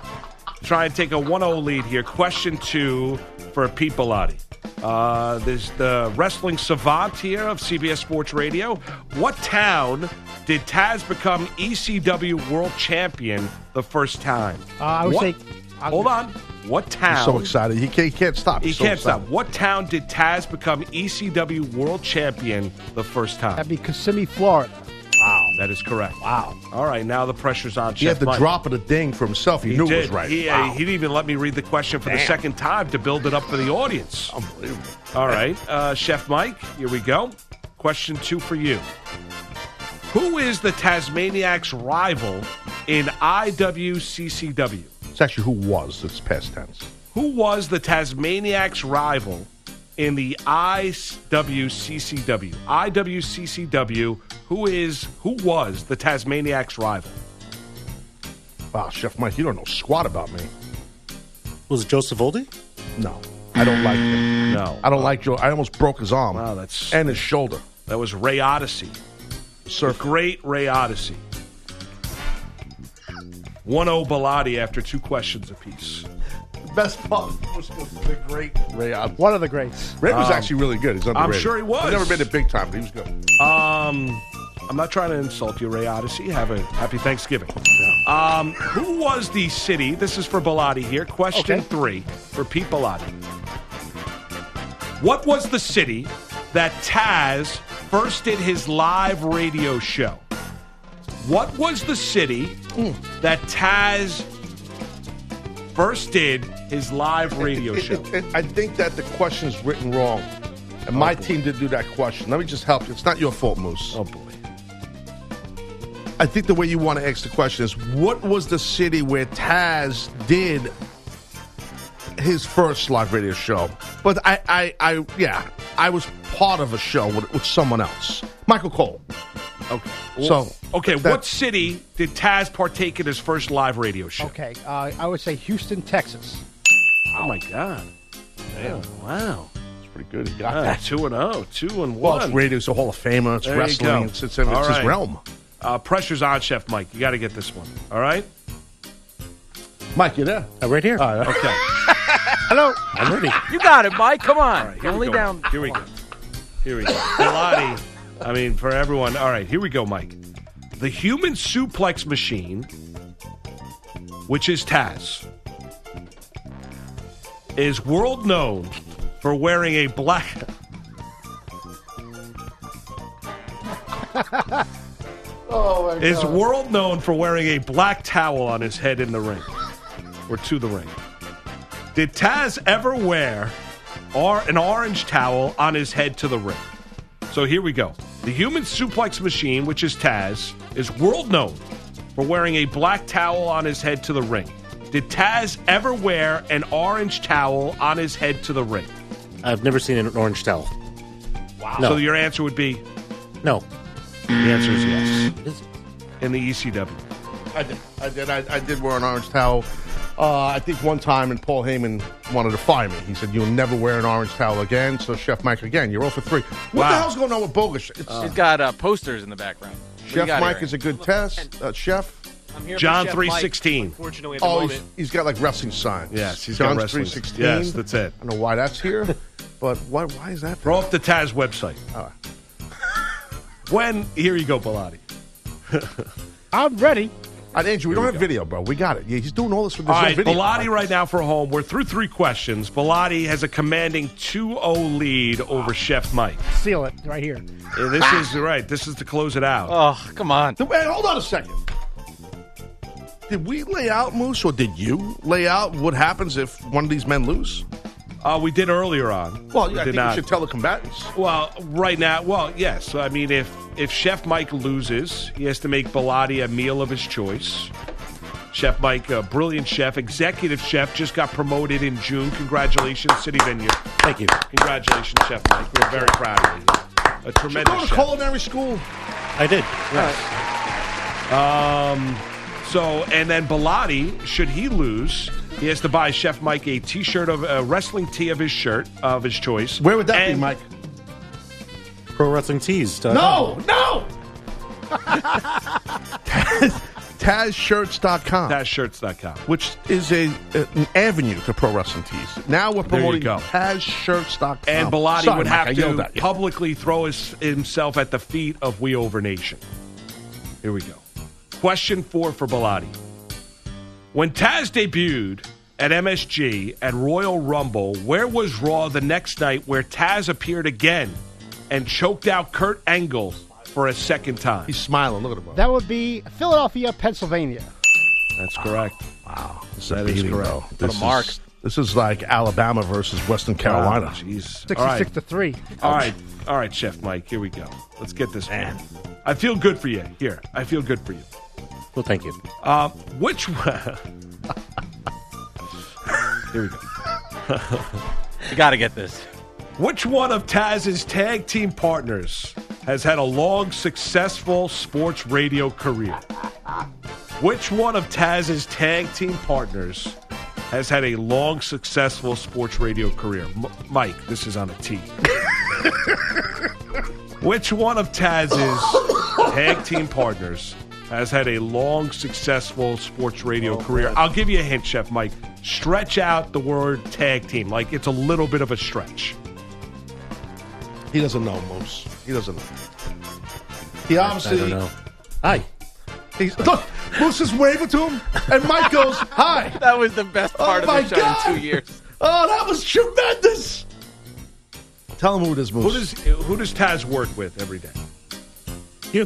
Try and take a 1 0 lead here. Question two for Pete Bilotti. Uh, there's the wrestling savant here of CBS Sports Radio. What town did Taz become ECW world champion the first time?
Uh, I would
What-
say-
Hold on. What town?
He's so excited. He can't, he can't stop.
He
He's so
can't stop.
excited.
What town did Taz become ECW world champion the first time?
That'd be Kissimmee, Florida.
wow. That is correct. Wow. All right, now the pressure's on.
He had the
Mike.
drop of the ding for himself. He,
He
knew
did.
it was right.
He, uh,
Wow.
he didn't even let me read the question for the
Damn.
second time to build it up for the audience.
Unbelievable.
All right, uh, Chef Mike, here we go. Question two for you. Who is the Tasmaniac's rival in IWCCW?
It's actually who was. It's past tense.
Who was the Tasmaniac's rival in the IWCCW? IWCCW. Who is who was the Tasmaniac's rival?
Wow, Chef Mike, you don't know squat about me.
Was it Joseph Oldie?
No. I don't like him.
No.
I don't like Joe. I almost broke his arm.
Wow, that's
and his shoulder.
That was Ray Odyssey.
Sir.
great Ray Odyssey. 1 0 Bilotti after two questions apiece.
Best part was the great Ray. Odyssey.
One of the greats.
Ray was
Um,
actually really good. He's
I'm
underrated.
sure he was.
He's never been to big time, but he was good.
Um, I'm not trying to insult you, Ray Odyssey. Have a happy Thanksgiving. Um, who was the city? This is for Bilotti here. Question three for Pete Bilotti. What was the city that Taz first did his live radio show? What was the city
Hmm.
that Taz first did his live radio
It-
show?
it- it- I think that the question is written wrong. And
Oh,
my team did do that question. Let me just help you. It's not your fault, Moose. Oh,
boy.
I think the way you want to ask the question is what was the city where Taz did his first live radio show? But I, I, I yeah, I was part of a show with, with someone else. Michael Cole.
Okay.
So,
okay,
that-
what city did Taz partake in his first live radio show?
Okay, uh, I would say Houston, Texas.
Oh my God! Damn! Wow!
It's pretty good. He got
Ah,
that.
two and oh, two and
Well,
one.
it's radio, it's a Hall of Famer, it's
There you go.
wrestling, it's, it's, it's
All
his
right.
realm.
Uh, pressure's on, Chef Mike. You got to get this one. All right.
Mike, you there?
Uh, right here.
Okay.
Hello. I'm ready.
You got it, Mike. Come
Here
on. You're
we
only
go.
down.
Here we go. [laughs] Here we go. Pilati. I mean, for everyone. All right, here we go, Mike. The human suplex machine, which is Taz, is world known for wearing a black.
[laughs] Oh, my
Is world known for wearing a black towel on his head in the ring or to the ring. Did Taz ever wear or an orange towel on his head to the ring? So here we go. The human suplex machine, which is Taz, is world known for wearing a black towel on his head to the ring. Did Taz ever wear an orange towel on his head to the ring?
I've never seen an orange towel.
Wow.
No.
So your answer would be
No.
the answer is yes. In the E ECW.
I did. I did. I, I did wear an orange towel. Uh, I think one time, and Paul Heyman wanted to fire me. He said, "You'll never wear an orange towel again." So, Chef Mike, again, you're all for three. What the
Wow.
hell's going on with Bogus? It's,
He's got uh, posters in the background. What do you
Chef
got
Mike
here?
is a good test. Uh, chef.
John three sixteen.
Unfortunately,
Oh, he's- he's got like wrestling signs.
Yes, he's got
John's
wrestling-
three sixteen.
yes, that's it.
I don't know why that's
[laughs]
here, but why? Why is that? there?
Throw off the Taz website.
All right.
[laughs] When here you go,
[laughs]
Pilati.
I'm ready.
All right, Andrew, we
Here
don't
we
have
go.
video, bro. We got it. Yeah, he's doing all this with
All
his own
right,
video.
Bilotti right now for home. We're through three questions. Bilotti has a commanding 2-0 lead over Chef Mike.
Seal it right here.
Uh, This is right. This is to close it out.
Oh, come on.
Th- Wait, hold on a second. Did we lay out Moose, or did you lay out what happens if one of these men lose?
Uh, we did earlier on.
Well,
we
yeah, I
did
think
not.
you should tell the combatants.
well, right now, well, yes. I mean, if if Chef Mike loses, he has to make Bilotti a meal of his choice. Chef Mike, a brilliant chef, executive chef, just got promoted in June. Congratulations, City Vineyard.
Thank you.
Congratulations, Chef Mike. We're very proud of you. A
Should
tremendous
go to
chef.
culinary school.
I did. Yes.
Um, so, and then Bilotti, should he lose, he has to buy Chef Mike a T-shirt of a wrestling tee of his shirt of his choice.
Where would that be,
And-
Mike?
Pro Wrestling Tees.
uh,
No, no. TazShirts.com,
TazShirts.com.
which is a an avenue to pro wrestling tees. Now we're
There you
promoting
go.
TazShirts.com.
And Bilotti
Oh, Sorry,
would
Mike, I
have
yelled
to
at you.
publicly throw his, himself at the feet of We Over Nation. Here we go. Question four for Bilotti. When Taz debuted at MSG at Royal Rumble, where was Raw the next night where Taz appeared again and choked out Kurt Angle for a second time?
He's smiling. Look at him.
That would be Philadelphia, Pennsylvania.
That's correct.
Wow, this
That
is
is
beating,
correct.
bro.
What
a
This
mark.
Is, this is like Alabama versus Western Carolina.
Wow, Jeez.
Sixty-six
All right.
to three.
All right. All right, Chef Mike. Here we go. Let's get this man. I feel good for you. Here. I feel good for you.
Well, thank you.
Uh, which [laughs] one? Here we go. [laughs]
You got to get this.
Which one of Taz's tag team partners has had a long, successful sports radio career? Which one of Taz's tag team partners has had a long, successful sports radio career. M- Mike, this is on a T. Which one of Taz's tag team partners has had a long, successful sports radio career? I'll give you a hint, Chef Mike. Stretch out the word tag team. Like it's a little bit of a stretch.
He doesn't know, Moose. He doesn't know. He obviously. oh
I don't know.
Hi. He's, look, Moose is waving to him, and Mike goes, Hi.
[laughs] That was the best part
oh my
of the show
God.
in two years.
Oh, that was tremendous. Tell him who it is, Moose.
Who does who does Taz work with every day? You.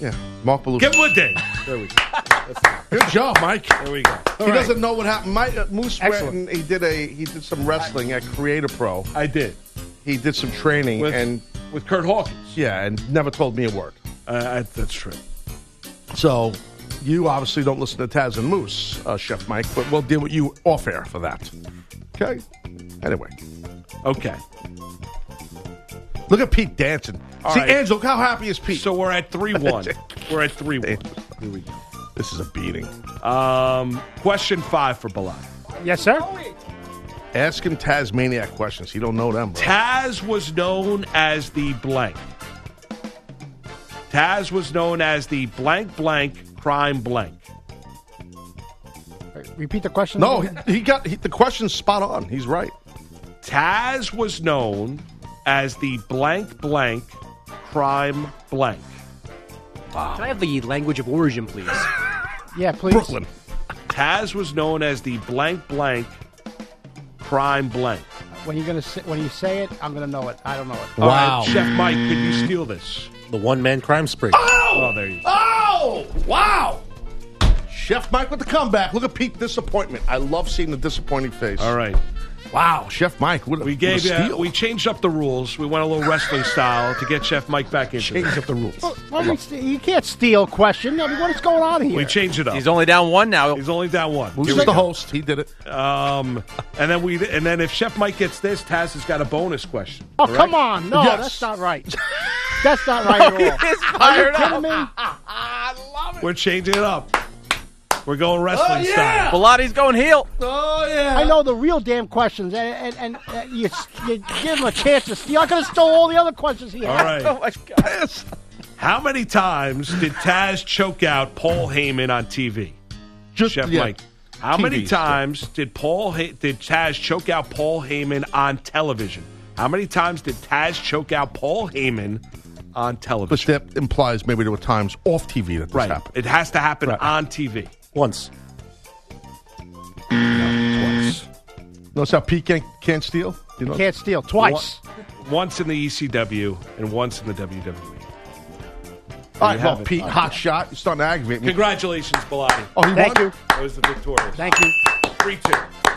Yeah, Mark Belushi.
Give him a day.
There we go. Good job, Mike.
There we go.
he doesn't know what happened. Mike, uh, Moose went and he did a he did some wrestling at Creator Pro.
I did.
He did some training
With-
and
with Kurt Hawkins.
Yeah, and never told me a word.
Uh, that's true.
So you obviously don't listen to Taz and Moose, uh, Chef Mike, but we'll deal with you off air for that. Okay. Anyway,
Okay.
look at Pete dancing.
All
See,
right.
Angelo, how happy is Pete?
So we're at
[laughs]
three one. We're at three one.
Here we go. This is a beating.
Um, question five for Bilal.
Yes, sir.
Ask him Tasmaniac questions. He don't know them. Bro.
Taz was known as the blank. Taz was known as the blank blank crime blank.
Repeat the question.
No,
again.
he, he got he, the question's spot on. He's right.
Taz was known as the blank blank crime blank.
Can I have the language of origin, please?
Yeah, please.
Brooklyn.
Taz was known as the blank blank crime blank.
When you're gonna say, when you say it, I'm gonna know it. I don't know it.
All right,
Wow.
Chef Mike, could you steal this?
The one man crime spree.
Oh, there you go.
Oh, wow. Chef Mike with the comeback. Look at Pete disappointment. I love seeing the disappointing face.
All right.
Wow, Chef Mike. What a,
We gave
what a
you,
steal.
uh, we changed up the rules. We went a little wrestling style to get Chef Mike back into
changed
it.
up the rules.
Well, you, st- you can't steal question. I mean, what is going on here?
We changed it up.
He's only down one now.
He's only down one.
Who's the host? He did it.
Um, and then we and then if Chef Mike gets this, Taz has got a bonus question.
oh, come on! No,
Yes.
that's not right. That's not right at all. Are you kidding me?
We're changing it up. We're going wrestling style.
Bilotti's going heel.
Oh yeah.
I know the real damn questions, and and, and uh, you, s- you give him a chance to steal. I could have stole all the other questions here.
All
[laughs]
right.
Oh my god.
How many times did Taz choke out Paul Heyman on TV?
Just
Chef
yeah.
Mike. How many
TV.
times did Paul Hey did Taz choke out Paul Heyman on television? How many times did Taz choke out Paul Heyman on
But
television?
that implies maybe there were times off TV that this
right.
happened.
It has to happen
Right.
on TV.
Once.
Twice.
Notice how Pete can't, can't steal. You know,
Can't steal twice.
Once in the ECW and once in the E. WWE.
All right, well,
haven't.
Pete, hot shot. You're starting to aggravate me.
Congratulations, Bilotti.
Oh, he
Thank
won?
you.
That was the victorious.
Thank you.
3 2.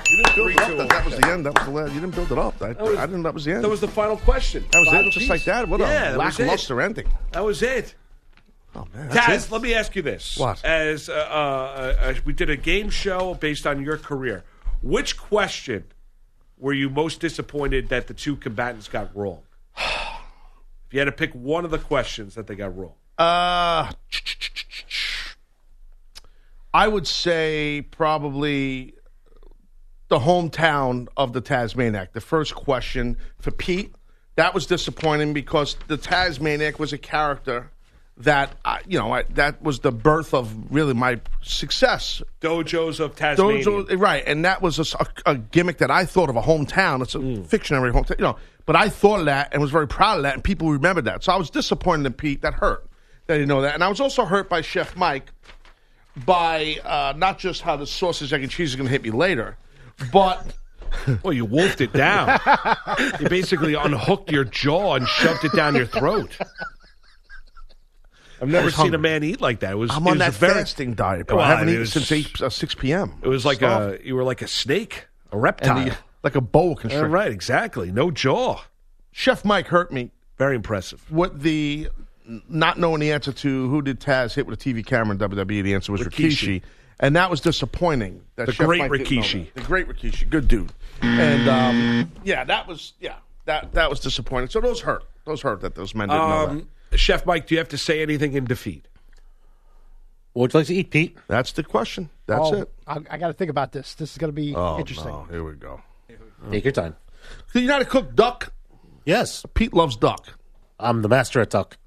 You didn't build it up.
Three, two,
That, that was the end. That was the last. You didn't build it up. I,
was-
I didn't. That was the end.
That was the final question.
That was
Final
it. Just
piece.
like that. What
yeah,
a
that was it.
lackluster ending.
That was it.
Oh man.
Taz,
That's it.
let me ask you this.
What?
As uh, uh, uh, uh, we did a game show based on your career, which question were you most disappointed that the two combatants got wrong? If you had to pick one of the questions that they got wrong,
Uh, I would say probably the hometown of the Tasmaniac. The first question for Pete, that was disappointing because the Tasmaniac was a character that I, you know I, that was the birth of really my success
dojos of Tasmania.
Dojo, right? And that was a s- a, a gimmick that I thought of a hometown. It's a
Mm.
fictionary hometown, you know. But I thought of that and was very proud of that, and people remembered that. So I was disappointed in Pete. That hurt. That he didn't know that, and I was also hurt by Chef Mike by uh, not just how the sausage, egg, and cheese is going to hit me later, but
[laughs] Well, you wolfed it
[laughs]
down. you basically unhooked your jaw and shoved it down your throat. I've never
was
seen
hungry.
a man eat like that. It was
I'm
it
on
was a
that
very,
fasting diet. Bro.
Well,
I haven't
it
eaten
was-
since eight, uh, six p.m.
It was like a you were like a snake, a reptile.
and the, [laughs] like a boa
Yeah,
constrictor.
right, exactly. No jaw.
Chef Mike hurt me
Very impressive.
what the not knowing the answer to who did Taz hit with a TV camera in WWE, the answer was
Rikishi.
Rikishi. And that was disappointing. That
The
Chef
great
Mike didn't know
Rikishi.
that. The great Rikishi. Good dude. And um, yeah, that was yeah, that that was disappointing. So those hurt. Those hurt that those men didn't know that.
Um, Chef Mike, do you have to say anything in defeat?
What would you like to eat, Pete?
That's the question. That's
Oh,
it.
I, I got to think about this. This is going to be
Oh,
interesting.
no. Here we go.
Take your time.
Do you know how to cook duck?
Yes.
Pete loves duck.
I'm the master at duck.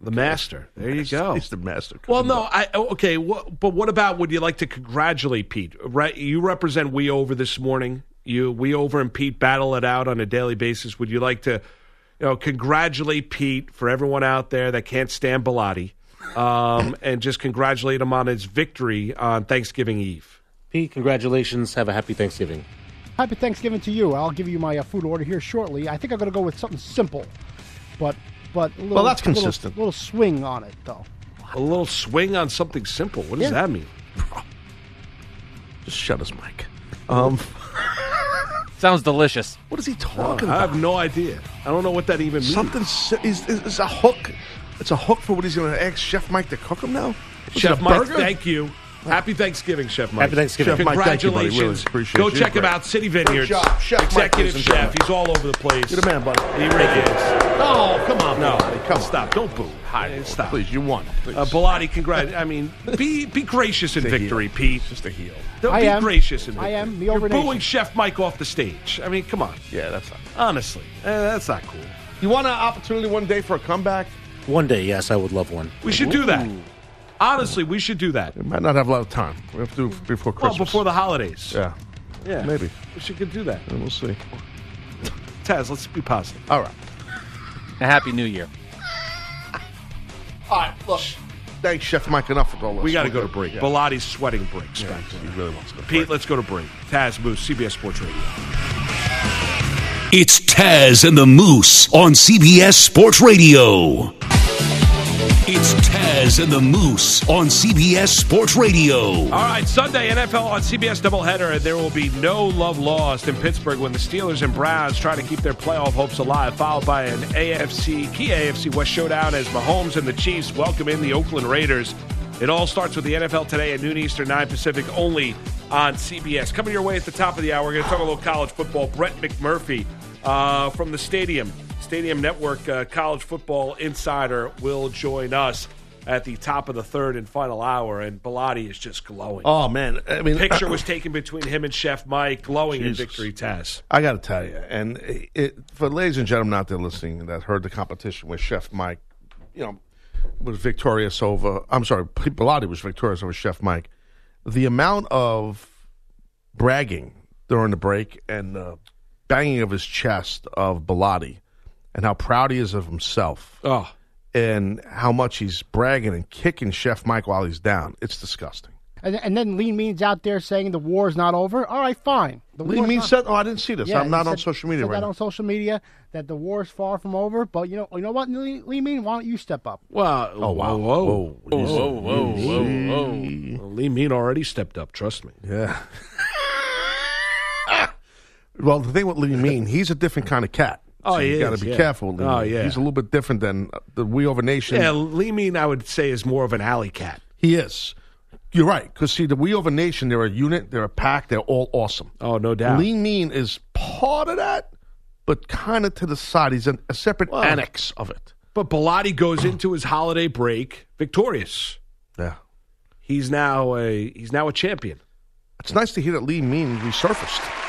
The
[laughs]
master. There you go.
He's the master.
Well, no, I okay. wha- but what about would you like to congratulate Pete? Right, you represent We Over this morning. You We Over and Pete battle it out on a daily basis. Would you like to, you know, congratulate Pete for everyone out there that can't stand Bilotti, um, [laughs] and just congratulate him on his victory on Thanksgiving Eve.
Pete, congratulations. Have a happy Thanksgiving.
Happy Thanksgiving to you. I'll give you my uh, food order here shortly. I think I'm going to go with something simple, but but a little,
Well, that's
little-
consistent.
Little, swing on it though.
A little swing on something simple. What does
Yeah.
that mean?
[laughs] Just shut his mic. Um,
Sounds delicious.
What is he talking
I
about?
have no idea. I don't know what that even means.
Something si- is, is, is a hook. It's a hook for what he's going to ask Chef Mike to cook him now. What's it,
Chef
a
Mike,
burger?
thank you. Happy Thanksgiving, Chef Mike.
Happy Thanksgiving. Chef Mike, thank you, buddy. Really
Congratulations.
appreciate
Go
you.
check him
Great.
out, City Vineyards.
Good job. Chef Mike,
Executive
ladies and
Chef.
gentlemen.
He's all over the place.
You're the man, buddy.
He really is.
Oh, come on,
No,
Bilotti,
come stop. Don't boo. Hi, stop.
Please, you won. Please.
Uh, Bilotti, congrat. I
[laughs]
mean, be be gracious in victory, Pete. Just a heel. Don't
I
be
am.
gracious in
I
victory.
am. The
You're
Overnation.
booing Chef Mike off the stage. I mean, come on.
Yeah, that's not.
Honestly, eh, that's not cool.
You want an opportunity one day for a comeback?
One day, yes, I would love one.
We should do that. Honestly, we should do that.
Might not have a lot of time. We have to do it before
Well,
Christmas.
before the holidays.
yeah,
Yeah.
maybe.
We should could do that.
And we'll see.
Taz, let's be positive.
All right.
A happy New Year.
All right. Look. Thanks, Chef Mike. Enough with all this.
We got to
We're
go to
good.
break.
Yeah.
Bilotti's sweating breaks.
Yeah,
back there.
he really wants to go.
Pete, let's go to break. Taz Moose, CBS Sports Radio.
It's Taz and the Moose on CBS Sports Radio. It's Taz and the Moose on CBS Sports Radio.
All right, Sunday NFL on CBS doubleheader. There will be no love lost in Pittsburgh when the Steelers and Browns try to keep their playoff hopes alive, followed by an AFC key AFC West showdown as Mahomes and the Chiefs welcome in the Oakland Raiders. It all starts with the NFL today at noon Eastern, 9 Pacific, only on CBS. Coming your way at the top of the hour, we're going to talk a little college football. Brett McMurphy uh, from the Stadium Stadium Network uh, College Football Insider will join us at the top of the third and final hour, and Bilotti is just glowing.
Oh man, I mean, [laughs] [coughs]
Picture was taken between him and Chef Mike, glowing
Jesus.
in victory. Taz,
I got to tell you, and it, it, for ladies and gentlemen out there listening that heard the competition with Chef Mike, you know, was victorious over. I'm sorry, P- Bilotti was victorious over Chef Mike. The amount of bragging during the break and the banging of his chest of Bilotti, and how proud he is of himself,
oh,
and how much he's bragging and kicking Chef Mike while he's down. It's disgusting.
And, and then Lean Mean's out there saying the war's not over. All right, fine. The
Lee
war's
Mean
not-
said, "Oh, I didn't see this.
Yeah,
I'm not
he
on
said-
social media
said
right
that
now."
on social media that the war is far from over. But you know, you know what, Lee, Lee Mean, why don't you step up?
wow, oh
wow.
whoa,
Whoa.
whoa,
You
whoa,
see-
whoa,
you
whoa,
see.
whoa. Lee Mean already stepped up. Trust me.
Yeah. well, the thing with Lee Mean, he's a different kind of cat.
[laughs] Oh,
so
he
you gotta
is,
be
yeah.
careful. Lee
Oh,
Mean.
yeah.
he's a little bit different than uh, the We Over Nation.
Yeah, Lee Mean, I would say, is more of an alley cat.
He is. You're right, because see, the We Over Nation, they're a unit, they're a pack, they're all awesome.
Oh, no doubt.
Lee Mean is part of that, but kind of to the side. He's an, a separate
Well.
annex of it.
But Bilotti goes into his holiday break victorious.
Yeah,
He's now a he's now a champion.
it's nice to hear that Lee Mean [clears throat] resurfaced.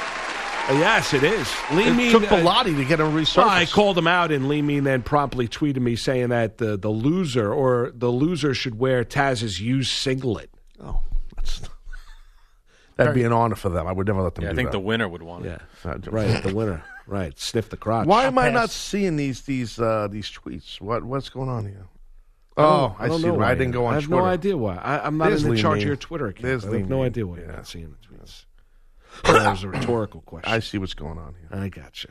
Uh, yes, it is. Lee
it
Mean
took
uh,
Bilotti to get him resurfaced.
Well, I called him out, and Lee Mean then promptly tweeted me saying that the, the loser or the loser should wear Taz's used singlet.
Oh, that's, [laughs] that'd be an honor for them. I would never let them
Yeah, I
do
think the
that.
winner would want it.
Yeah,
Uh,
right. The winner, right? Sniff the crotch.
Why am I not seeing these these uh, these tweets? What what's going on here? Oh, I, see.
know
I
why.
didn't go on
I have
Twitter.
no idea why. I, I'm not
There's
in the
Lee
charge
Mean.
of your Twitter account.
There's
I
Lee
have no
Mean.
idea why you're
Yeah.
not seeing the
[coughs]
tweets. that was a rhetorical question.
I see what's going on here.
I gotcha.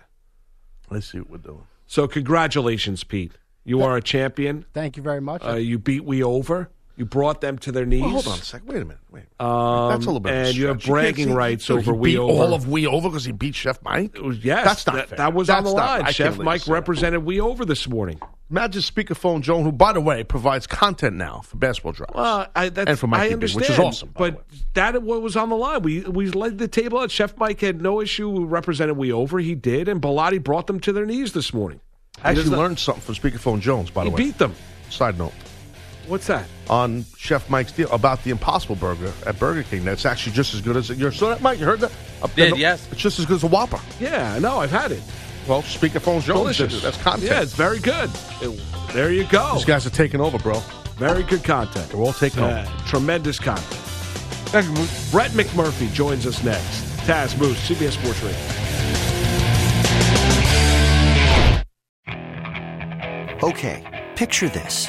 I see what we're doing.
So congratulations, Pete. You are a champion.
Thank you very much.
Uh, you beat we over. You brought them to their knees.
Well, hold on a sec. Wait a minute. Wait. A minute.
Um,
That's a little bit. of a
And you have
stretch. can't
bragging
see-
rights
Dude,
over
he
we
beat
over. Uh,
all of we over because he beat Chef Mike.
Yes,
that's not
that,
fair.
that was
that's
on the
not- I
line.
can't
Chef
believe
Mike
that.
represented we over this morning.
Imagine speakerphone Joan, who by the way provides content now for basketball drives.
Well, Uh, I, that's,
And for Mike
I
Ebert,
understand,
which is awesome, by the
But that what was on the line. We we led the table out. Chef Mike had no issue. We represented we over. He did, and Bilotti brought them to their knees this morning.
I
He does
actually
not-
learned something from speakerphone Jones. By the
He
way,
beat them.
Side note.
What's that?
on Chef Mike's deal about the Impossible Burger at Burger King. That's actually just as good as yours. So that Mike, you heard that? Up
Did,
there,
yes.
It's just as good as a Whopper.
Yeah, no, I've had it.
Well, speakerphone Jones. did it. That's content.
Yeah, it's very good. It- there you go.
These guys are taking over, bro.
Very good content.
They're all taking over.
Tremendous content. Brett McMurphy joins us next. Taz Moose, CBS Sports Radio.
Okay, picture this.